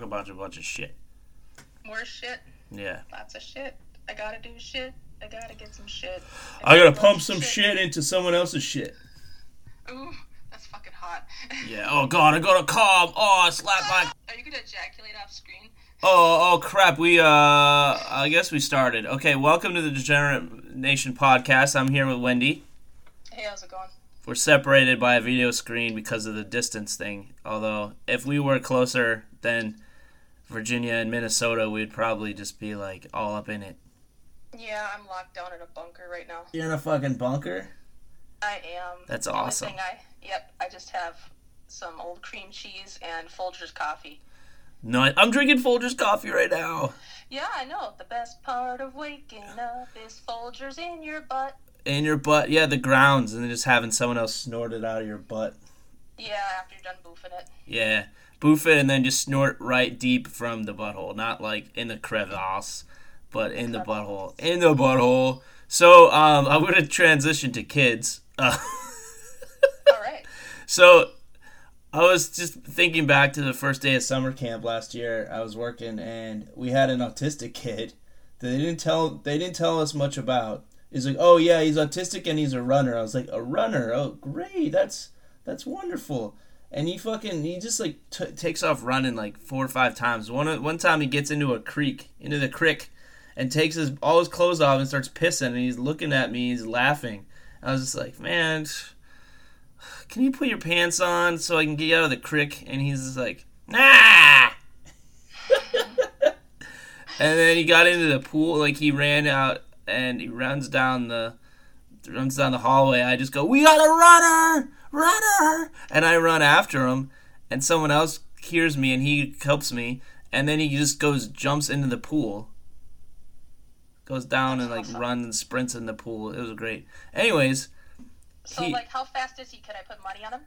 bunch of bunch of shit. More shit. Yeah. Lots of shit. I gotta do shit. I gotta get some shit. I gotta gotta pump love some shit. shit into someone else's shit. Ooh, that's fucking hot. Yeah. Oh god, I gotta calm. Oh, I slapped my. Are you gonna ejaculate off screen? Oh, oh crap. We uh, I guess we started. Okay, welcome to the Degenerate Nation podcast. I'm here with Wendy. Hey, how's it going? We're separated by a video screen because of the distance thing. Although, if we were closer than Virginia and Minnesota, we'd probably just be like all up in it. Yeah, I'm locked down in a bunker right now. You're in a fucking bunker. I am. That's The only awesome. thing I, yep, I just have some old cream cheese and Folgers coffee. No, I- I'm drinking Folgers coffee right now. Yeah, I know. The best part of waking up is Folgers in your butt. in your butt. Yeah, the grounds, and then just having someone else snort it out of your butt. Yeah, after you're done boofing it. Yeah, boof it and then just snort right deep from the butthole, not like in the crevasse, but in the butthole, in the butthole. So um, I'm gonna transition to kids. Uh, All right. so I was just thinking back to the first day of summer camp last year. I was working, and we had an autistic kid that they didn't tell they didn't tell us much about. He's like, oh yeah, he's autistic and he's a runner. I was like, a runner? Oh great, that's that's wonderful. And he fucking he just like t- takes off running like four or five times. One one time he gets into a creek, into the creek, and takes his all his clothes off and starts pissing. And he's looking at me, he's laughing. I was just like, man, can you put your pants on so I can get you out of the crick? And he's just like, nah. and then he got into the pool, like he ran out and he runs down the runs down the hallway. I just go, we got a runner, runner, and I run after him. And someone else hears me and he helps me. And then he just goes jumps into the pool, goes down and like runs and sprints in the pool. It was great. Anyways, So, He- like, how fast is he? Can I put money on him?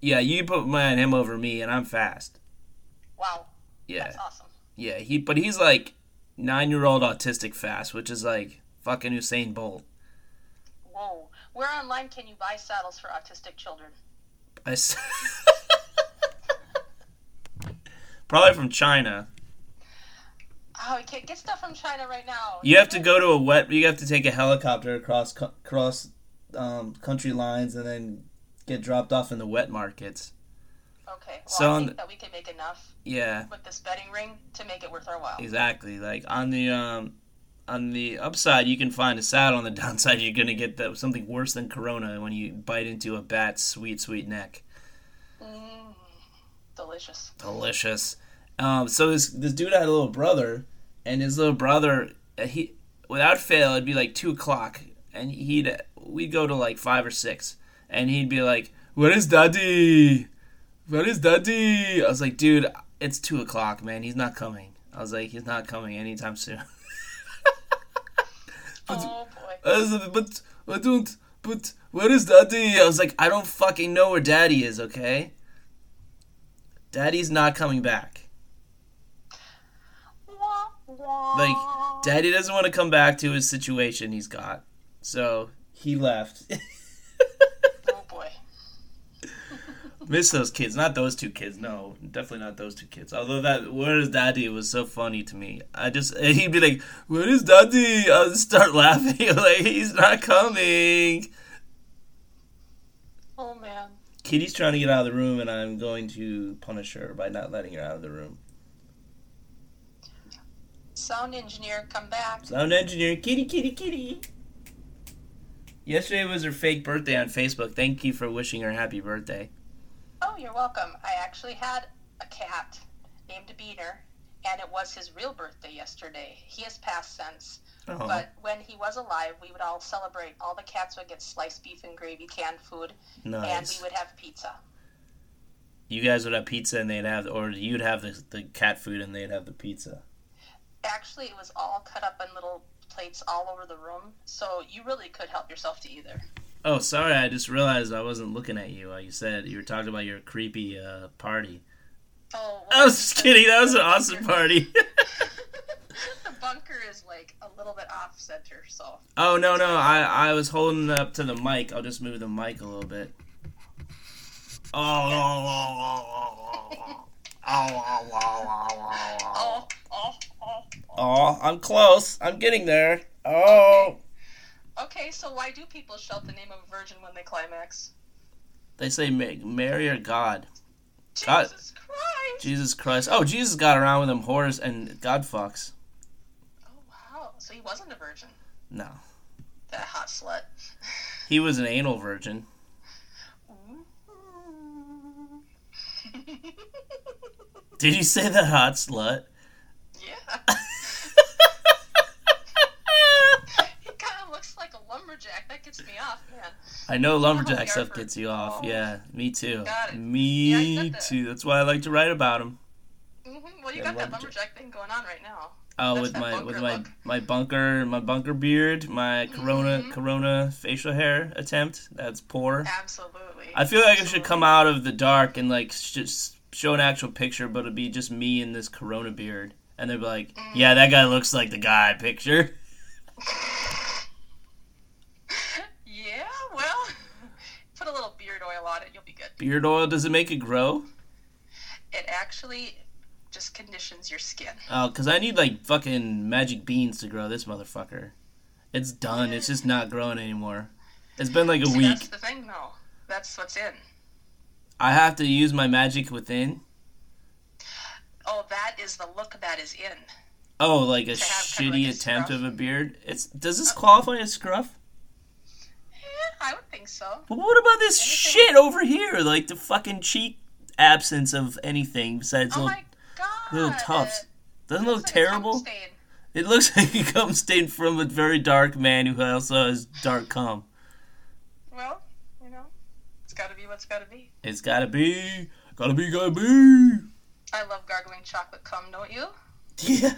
yeah, you put my on him over me, and I'm fast. Wow, Yeah, that's awesome. yeah. He, but he's like nine year old autistic fast, which is like fucking Usain Bolt. Whoa. Oh, Where online can you buy saddles for autistic children? I s- probably from China. Oh, you can't get stuff from China right now. You have to go to a wet. You have to take a helicopter across co- across um, country lines, and then get dropped off in the wet markets. Okay. Well, So I on think the- that we can make enough Yeah. with this betting ring to make it worth our while. Exactly. Like on the um, on the upside, you can find a saddle. On the downside, you're gonna get the, something worse than corona when you bite into a bat's sweet, sweet neck. Mm, delicious. Delicious. Um, so this this dude had a little brother, and his little brother uh, he without fail it'd be like two o'clock, and he'd we'd go to like five or six, and he'd be like, "Where is daddy? Where is daddy?" I was like, "Dude, it's two o'clock, man. He's not coming." I was like, "He's not coming anytime soon." Oh boy. I was like, but I don't. But where is Daddy? I was like, I don't fucking know where Daddy is. Okay. Daddy's not coming back. Wah, wah. Like, Daddy doesn't want to come back to his situation he's got. So he left. Oh boy. Miss those kids. Not those two kids. No, definitely not those two kids. Although that where is Daddy was so funny to me. I just he'd be like, where is Daddy? I would start laughing like he's not coming. Oh man. Kitty's trying to get out of the room, and I'm going to punish her by not letting her out of the room. Sound engineer, come back. Sound engineer, kitty, kitty, kitty. Yesterday was her fake birthday on Facebook. Thank you for wishing her happy birthday. Oh, you're welcome. I actually had a cat named Beaner, and it was his real birthday yesterday. He has passed since. Oh, But when he was alive, we would all celebrate. All the cats would get sliced beef and gravy, canned food, and we nice. would have pizza. You guys would have pizza and they'd have, or you'd have the, the cat food and they'd have the pizza. Actually, it was all cut up in little plates all over the room, so you really could help yourself to either. Oh, sorry, I just realized I wasn't looking at you. Uh, You said you were talking about your creepy uh, party. Oh, well, I was just kidding. That was an awesome party. the bunker is like a little bit off center, so oh, no, no. I, I was holding it up to the mic. I'll just move the mic a little bit. Oh, oh, oh, oh, oh, oh, oh, oh, oh, oh, oh, oh, oh. Oh, I'm close. I'm getting there. Oh. Okay, so why do people shout the name of a virgin when they climax? They say Ma- Mary or God. God. Jesus Christ! Jesus Christ. Oh, Jesus got around with them whores and God fucks. Oh wow! So he wasn't a virgin. No. That hot slut. He was an anal virgin. Mm-hmm. Did you say that hot slut? yeah. He kind of looks like a lumberjack. That gets me off, man. I know lumberjack Probably stuff are for- gets you off. Oh. Yeah, me too. Got it. Yeah, Me you got that. too. That's why I like to write about him. hmm Well, you Yeah, got lumberjack. that lumberjack thing going on right now. Oh, That's with that my bunker with my look. my bunker my bunker beard, my corona Mhm. corona facial hair attempt. That's poor. Absolutely. I feel like I should come out of the dark and like sh- just show an actual picture, but it'd be just me in this corona beard, and they'd be like, Mm. "Yeah, that guy looks like the guy I picture." Yeah. Well, put a little beard oil on it. You'll be good. Beard oil does it make it grow? It actually just conditions your skin. Oh, cause I need like fucking magic beans to grow this motherfucker. It's done. It's just not growing anymore. It's been like a See, week. that's the thing, though. That's what's in. I have to use my magic within. Oh, that is the look that is in. Oh, like a To have kinda like shitty a attempt scruff. of a beard. It's does this qualify as scruff? Yeah, I would think so. But what about this Anything- shit over here? Like the fucking cheek absence of anything besides Oh little my god. little tufts. Doesn't it Looks look like a cum terrible. stain. It looks like a cum stain from a very dark man who also has dark cum. Well, you know, it's gotta be what's gotta be. It's gotta be, gotta be, gotta be. I love gargling chocolate cum, don't you? Yeah.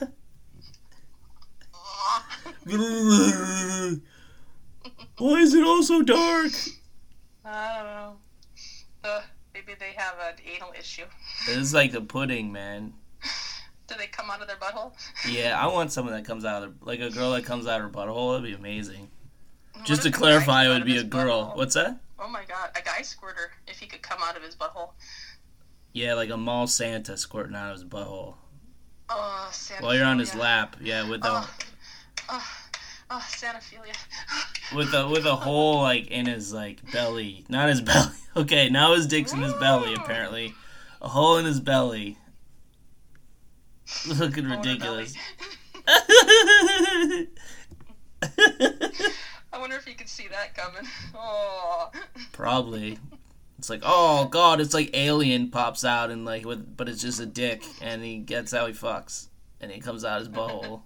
Why is it all so dark? I don't know. Uh, maybe they have an anal issue. It's like the pudding, man. Do they come out of their butthole? Yeah, I want someone that comes out of their, like a girl that comes out of her butthole. That'd be amazing. What Just to if a guy clarify, it came out would of be his a girl. butthole? What's that? Oh my god, a guy squirter, if he could come out of his butthole. Yeah, like a mall Santa squirting out of his butthole Oh, Santa. while you're on his lap. Yeah, with a Oh, oh, oh Sanophilia. with a with a hole like in his like belly, not his belly. Okay, now his dick's in his belly. Ooh. Apparently, a hole in his belly. Looking Boner belly. ridiculous. I wonder if you could see that coming. Oh. Probably. It's like, oh god, it's like Alien pops out and like, with, but it's just a dick, and he gets how he fucks, and he comes out his butthole.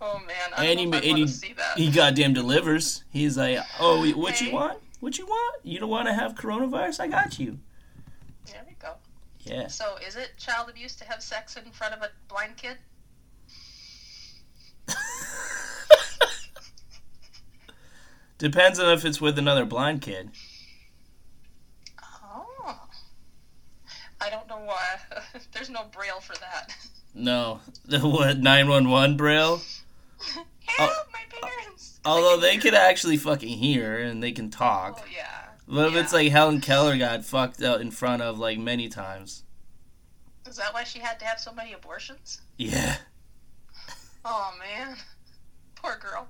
Oh man, I And don't he know if ma- I and want he- to see that. He goddamn delivers. He's like, oh, what you Hey. want? What you want? You don't want to have coronavirus? I got you. There we go. Yeah. So, is it child abuse to have sex in front of a blind kid? Depends on if it's with another blind kid. Oh. I don't know why. There's no braille for that. No, what nine one one braille? Help my parents! Oh. Uh, Although they can actually fucking hear and they can Oh talk. yeah. But if it's Yeah. like Helen Keller got fucked out in front of like many times. Is that why she had to have so many abortions? Yeah. Oh man. Poor girl.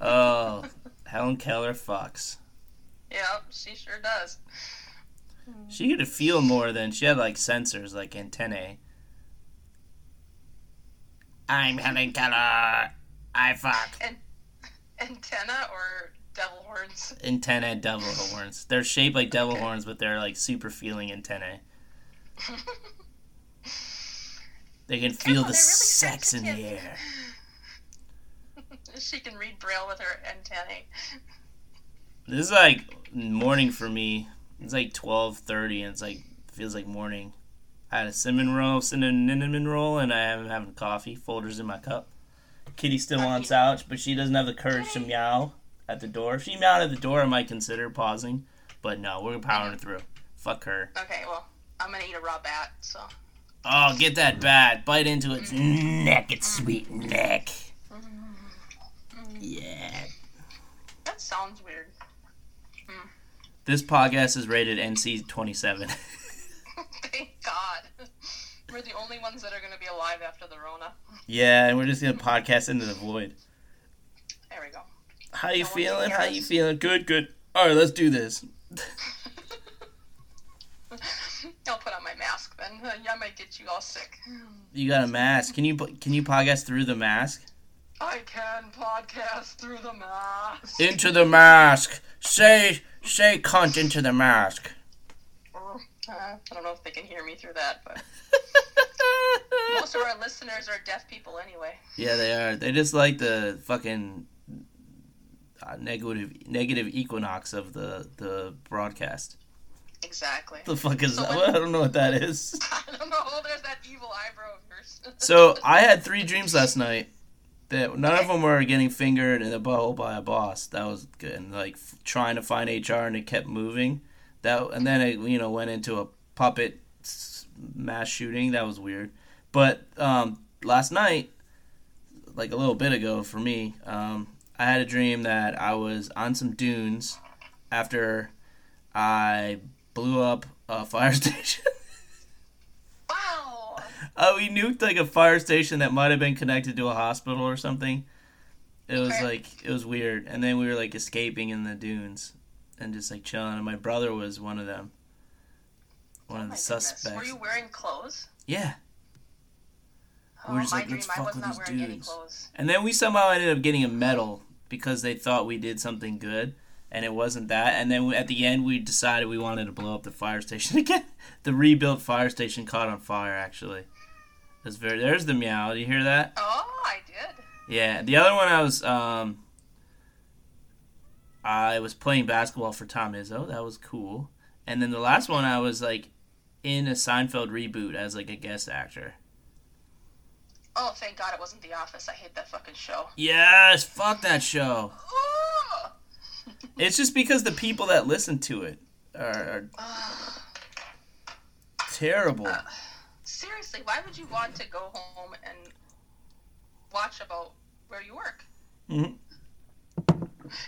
Oh, Helen Keller fucks. yeah, she sure does. She could feel more than she had like sensors, like antennae. I'm Helen Keller. I fuck. Antenna or devil horns? Antennae devil horns. They're shaped like devil horns, but they're like super feeling antennae. They can feel the Careful, they're really sex in the sensitive. air. she can read braille with her antennae. This is like morning for me. It's like twelve thirty, and it's like feels like morning. I had a cinnamon roll, cinnamon roll, and I am having coffee. Folders in my cup. Kitty still wants out, but she doesn't have the courage to meow at the door. If she meowed at the door, I might consider pausing. But no, we're powering through. Fuck her. Okay, well, I'm gonna eat a raw bat, so. Oh, get that bat! Bite into its neck, its sweet neck. Yeah. That sounds weird. This podcast is rated NC twenty seven. Thank God. we're the only ones that are going to be alive after the Rona. Yeah, and we're just gonna podcast into the void. There we go. How you No one can feeling? hear How us. you feeling? Good, good. All right, let's do this. I'll put on my mask then. I might get you all sick. You got a mask. Can you can you podcast through the mask? I can podcast through the mask. Into the mask. Say say cunt into the mask. Uh, I don't know if they can hear me through that, but most of our listeners are deaf people anyway. yeah, they are. They just like the fucking uh, negative negative equinox of the the broadcast. Exactly. The fuck is So that? when- I don't know what that is. I don't know. Oh, there's that evil eyebrow of yours. So I had three dreams last night. That none of them were getting fingered in the butthole by a boss. That was good. And like f- trying to find HR and it kept moving. That and then it you know went into a puppet s- mass shooting. That was weird. But um, last night, like a little bit ago for me, um, I had a dream that I was on some dunes after I blew up a fire station. wow. Oh Uh, we nuked like a fire station that might have been connected to a hospital or something. It was Okay. like it was weird, and then we were like escaping in the dunes and just like chilling. And my brother was one of them, one of Oh My the goodness. suspects. Were you wearing clothes? Yeah, Oh, We're just my like, dream, let's I fuck was with not these wearing any dudes. clothes. and then we somehow ended up getting a medal because they thought we did something good, and it wasn't that. And then we, at the end, we decided we wanted to blow up the fire station again. the rebuilt fire station caught on fire. Actually, that's very. There's the meow. Do you hear that? Oh, I did. Yeah, the other one I was um I was playing basketball for Tom Izzo. That was cool. And then the last one I was like in a Seinfeld reboot as like a guest actor. Oh, thank God it wasn't The Office. I hate that fucking show. Yes, fuck that show. Oh! It's just because the people that listen to it are, are terrible. Seriously, why would you want to go home and watch about where you work? Mhm.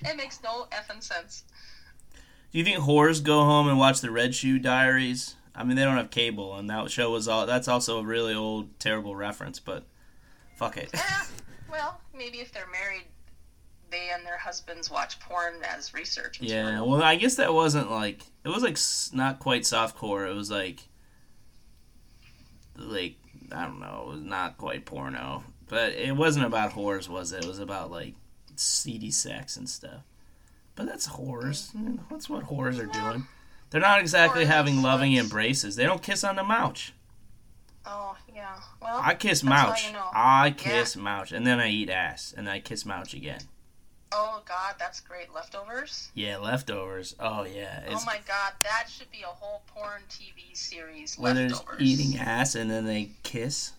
It makes no effing sense. Do you think whores go home and watch the Red Shoe Diaries? I mean, they don't have cable, and that show was all. That's also a really old, terrible reference, but fuck it. Eh, well, maybe if they're married, they and their husbands watch porn as research. Yeah, well, I guess that wasn't like it was like s- not quite softcore. It was like like I don't know, it was not quite porno, but it wasn't about whores, was it? It was about like seedy sex and stuff. But that's whores. You know, That's what whores are doing. They're not exactly Whores having and loving sluts. embraces. They don't kiss on the mouch. Oh, yeah. Well, I kiss That's how mouch. you know. I kiss mouch, and then I eat ass, and I kiss mouch again. oh God, that's great. Leftovers? Yeah, leftovers. Oh yeah, it's oh my God, that should be a whole porn TV series. where there's leftovers. eating ass and then they kiss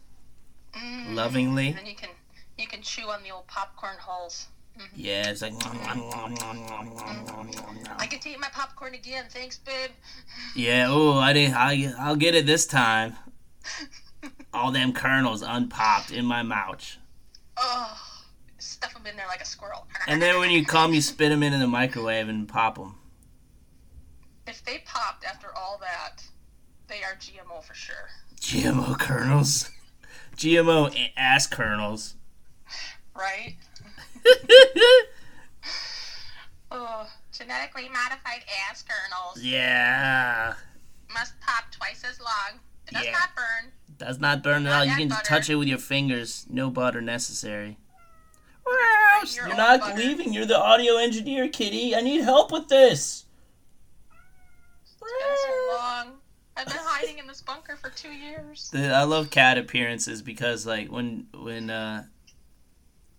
Mm. lovingly. And then you can you can chew on the old popcorn hulls. Yeah, it's like I get to eat my popcorn again. Thanks, babe. yeah. Oh, I didn't. I, I'll get it this time. All them kernels unpopped in my mouth. Oh, stuff them in there like a squirrel. And then when you come, you spit them into the microwave and pop them. if they popped after all that, they are GMO for sure. GMO kernels, GMO a- ass kernels. Right? Oh, genetically modified ass kernels yeah, must pop twice as long. Does Yeah. not burn. does not burn at all. You Not can butter. touch it with your fingers. No butter necessary. Your You're own not butter. leaving. You're the audio engineer, Kitty. I need help with this. It's been so long. I've been hiding in this bunker for two years. The, I love cat appearances because, like, when when uh,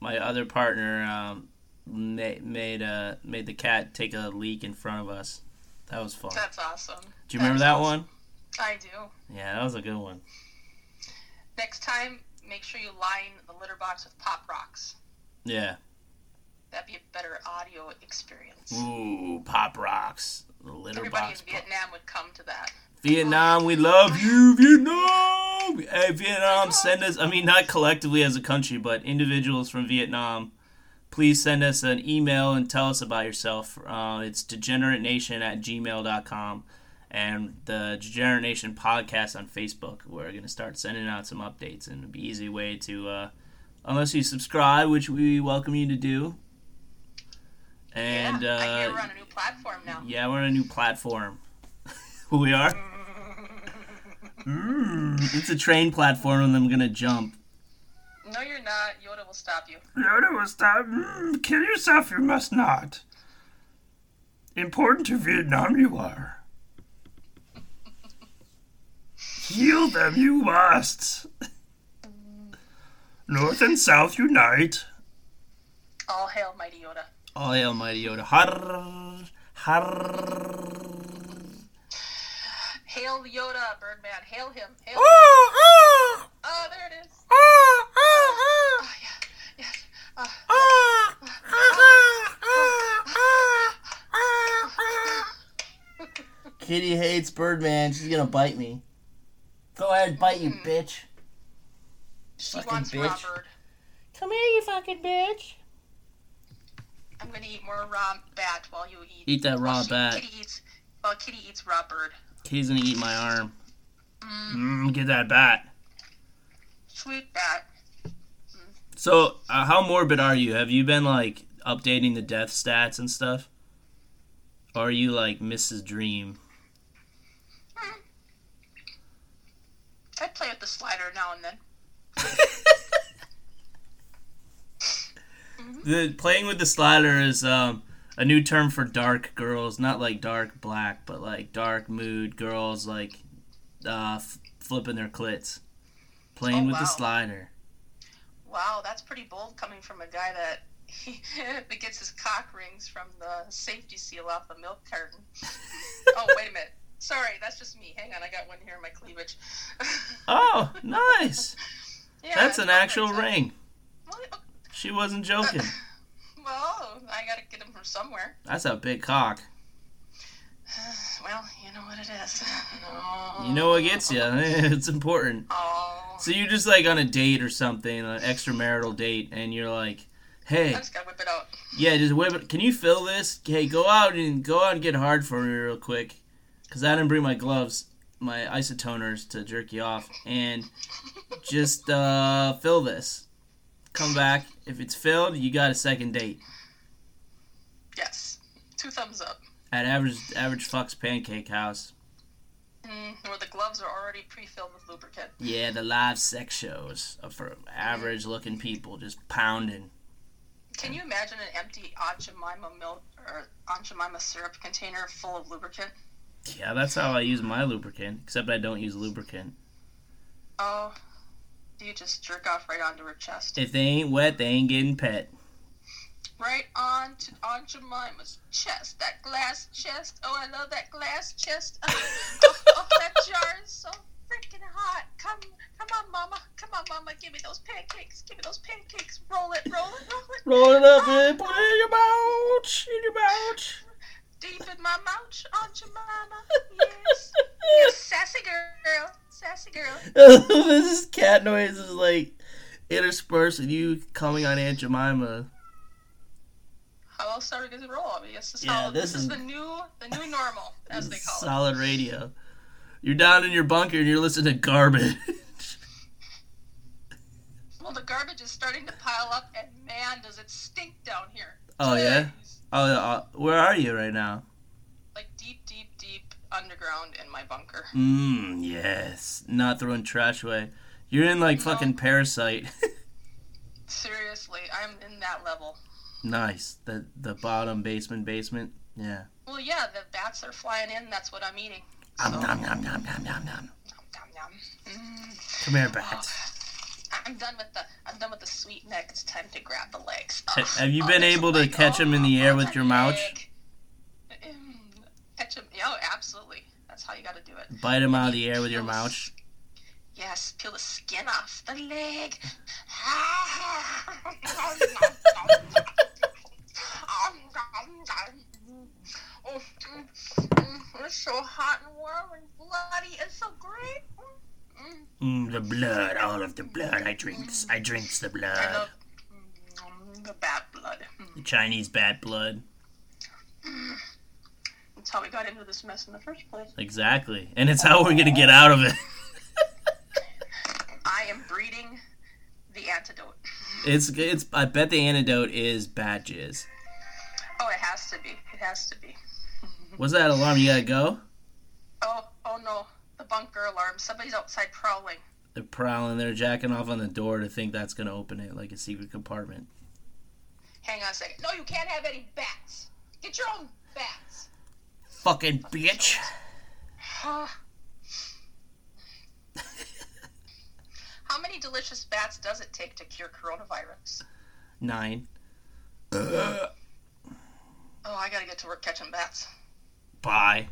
my other partner um, made made uh, made the cat take a leak in front of us, that was fun. That's awesome. Oh. Do you remember that one? I do. Yeah, that was a good one. Next time, make sure you line the litter box with pop rocks. Yeah. That'd be a better audio experience. Ooh, pop rocks. The litter Everybody box. in Vietnam would come to that. Vietnam, we love you, Vietnam. Hey, Vietnam, send us. I mean, not collectively as a country, but individuals from Vietnam. Please send us an email and tell us about yourself. Uh, it's degenerateenation at gmail.com. and the Degenerate Nation podcast on Facebook. We're going to start sending out some updates, and it'll be easy way to, uh, unless you subscribe, which we welcome you to do. And yeah, I hear uh, we're on a new platform now. yeah, we're on a new platform. we are. Mm, it's a train platform, and I'm gonna jump. No, you're not. Yoda will stop you. Yoda will stop. Mm, kill yourself. You must not. Important to Vietnam, you are. Heal them, you must. North and South unite. All hail, mighty Yoda. All hail mighty Yoda. Har, har. Hail Yoda, Birdman. Hail him. Hail. Ah, Oh, Oh, there it is. oh, oh, Oh, yeah. Yes. Oh. oh, oh, oh, oh, oh. Kitty hates Birdman. She's gonna bite me. Go ahead, bite you, bitch. She Fucking wants raw bitch. bird. Come here, you fucking bitch. I'm gonna eat more raw bat while you eat. Eat that raw Well, she- bat. Kitty eats. Well, Kitty eats raw bird. Kitty's gonna eat my arm. Mm, get that bat. Sweet bat. So, uh, how morbid are you? Have you been like updating the death stats and stuff? Or are you like Mrs. Dream? I play with the slider now and then. The playing with the slider is um, a new term for dark girls, not like dark black, but like dark mood girls, like uh, f- flipping their clits, playing Oh, with the wow. slider. Wow, that's pretty bold coming from a guy that that gets his cock rings from the safety seal off the milk carton. oh, wait a minute. Sorry, that's just me. Hang on, I got one here in my cleavage. Oh, nice! yeah, That's an okay, actual so- ring. Well, okay, She wasn't joking. Well, I gotta get him from somewhere. That's a big cock. Well, you know what it is. You know what gets you. It's important. Oh, So you're just like on a date or something, an extramarital date, and you're like, "Hey, I just gotta whip it out. yeah, just whip it. Can you fill this? Hey, go out and go out and get hard for me real quick, because I didn't bring my gloves, my isotoners to jerk you off, and just uh, fill this. Come back if it's filled. You got a second date Yes. Two thumbs up. at average average fucks pancake house. Mm, where the gloves are already pre-filled with lubricant. Yeah, the live sex shows are for average looking people just pounding. Can you imagine an empty Aunt Jemima milk or Aunt Jemima syrup container full of lubricant? Yeah, that's how I use my lubricant, except I don't use lubricant. Oh, you just jerk off right onto her chest. If they ain't wet, they ain't getting pet. Right on to Aunt Jemima's chest. That glass chest. Oh, I love that glass chest. oh, oh, that jar is so freaking hot. Come, come on, Mama. Come on, Mama. Give me those pancakes. Give me those pancakes. Roll it, roll it, roll it. Oh, Roll it up and put it in your mouth, in your mouth. Deep in my mouth, Aunt Jemima. Yes. yes. Sassy girl. Sassy girl. this is cat noise is like interspersed with you coming on Aunt Jemima. How else are we gonna roll? I mean, this is Yeah, how this this, is- is the new the new normal, as they call it. Solid radio. You're down in your bunker and you're listening to garbage. Well, the garbage is starting to pile up, and man, does it stink down here. Oh, yeah? Jeez. oh, uh, where are you right now? Like deep, deep, deep underground in my bunker. Mmm, yes. Not throwing trash away. You're in like fucking parasite. Seriously, I'm in that level. nice. The the bottom basement basement. Yeah. Well, yeah, the bats are flying in. That's what I'm eating. Om nom nom nom nom nom nom. Yum, yum. Mm. Come here, bats. I- I'm done with the I'm done with the sweet neck. It's time to grab the legs. Ha- Ugh. have you Oh, been there's a able to leg. catch 'em in the Oh, air oh, with there's your a mouth? leg. Mm, Catch him. Yeah, absolutely. That's how you got to do it. Bite him out of the air with your mouth. Yes, peel the skin off the leg. Oh, mm, mm, it's so hot and warm and bloody. It's so great. Mm, mm. Mm, the blood, all of the blood. I drinks. I drinks the I blood. love mm, mm, the bad blood. Mm. Chinese bat blood. It's That's how we got into this mess in the first place. Exactly. And it's how we're going to get out of it. I am breeding the antidote. It's it's. I bet the antidote is bat jizz. Oh, it has to be. It has to be. What's that alarm? You gotta go. Oh, oh no. The bunker alarm. Somebody's outside prowling. They're prowling. They're jacking off on the door to think that's gonna open it like a secret compartment. Hang on a second. No, you can't have any bats. Get your own bats. Fucking bitch. Huh. How many delicious bats does it take to cure coronavirus? Nine. Oh, I gotta get to work catching bats. Bye.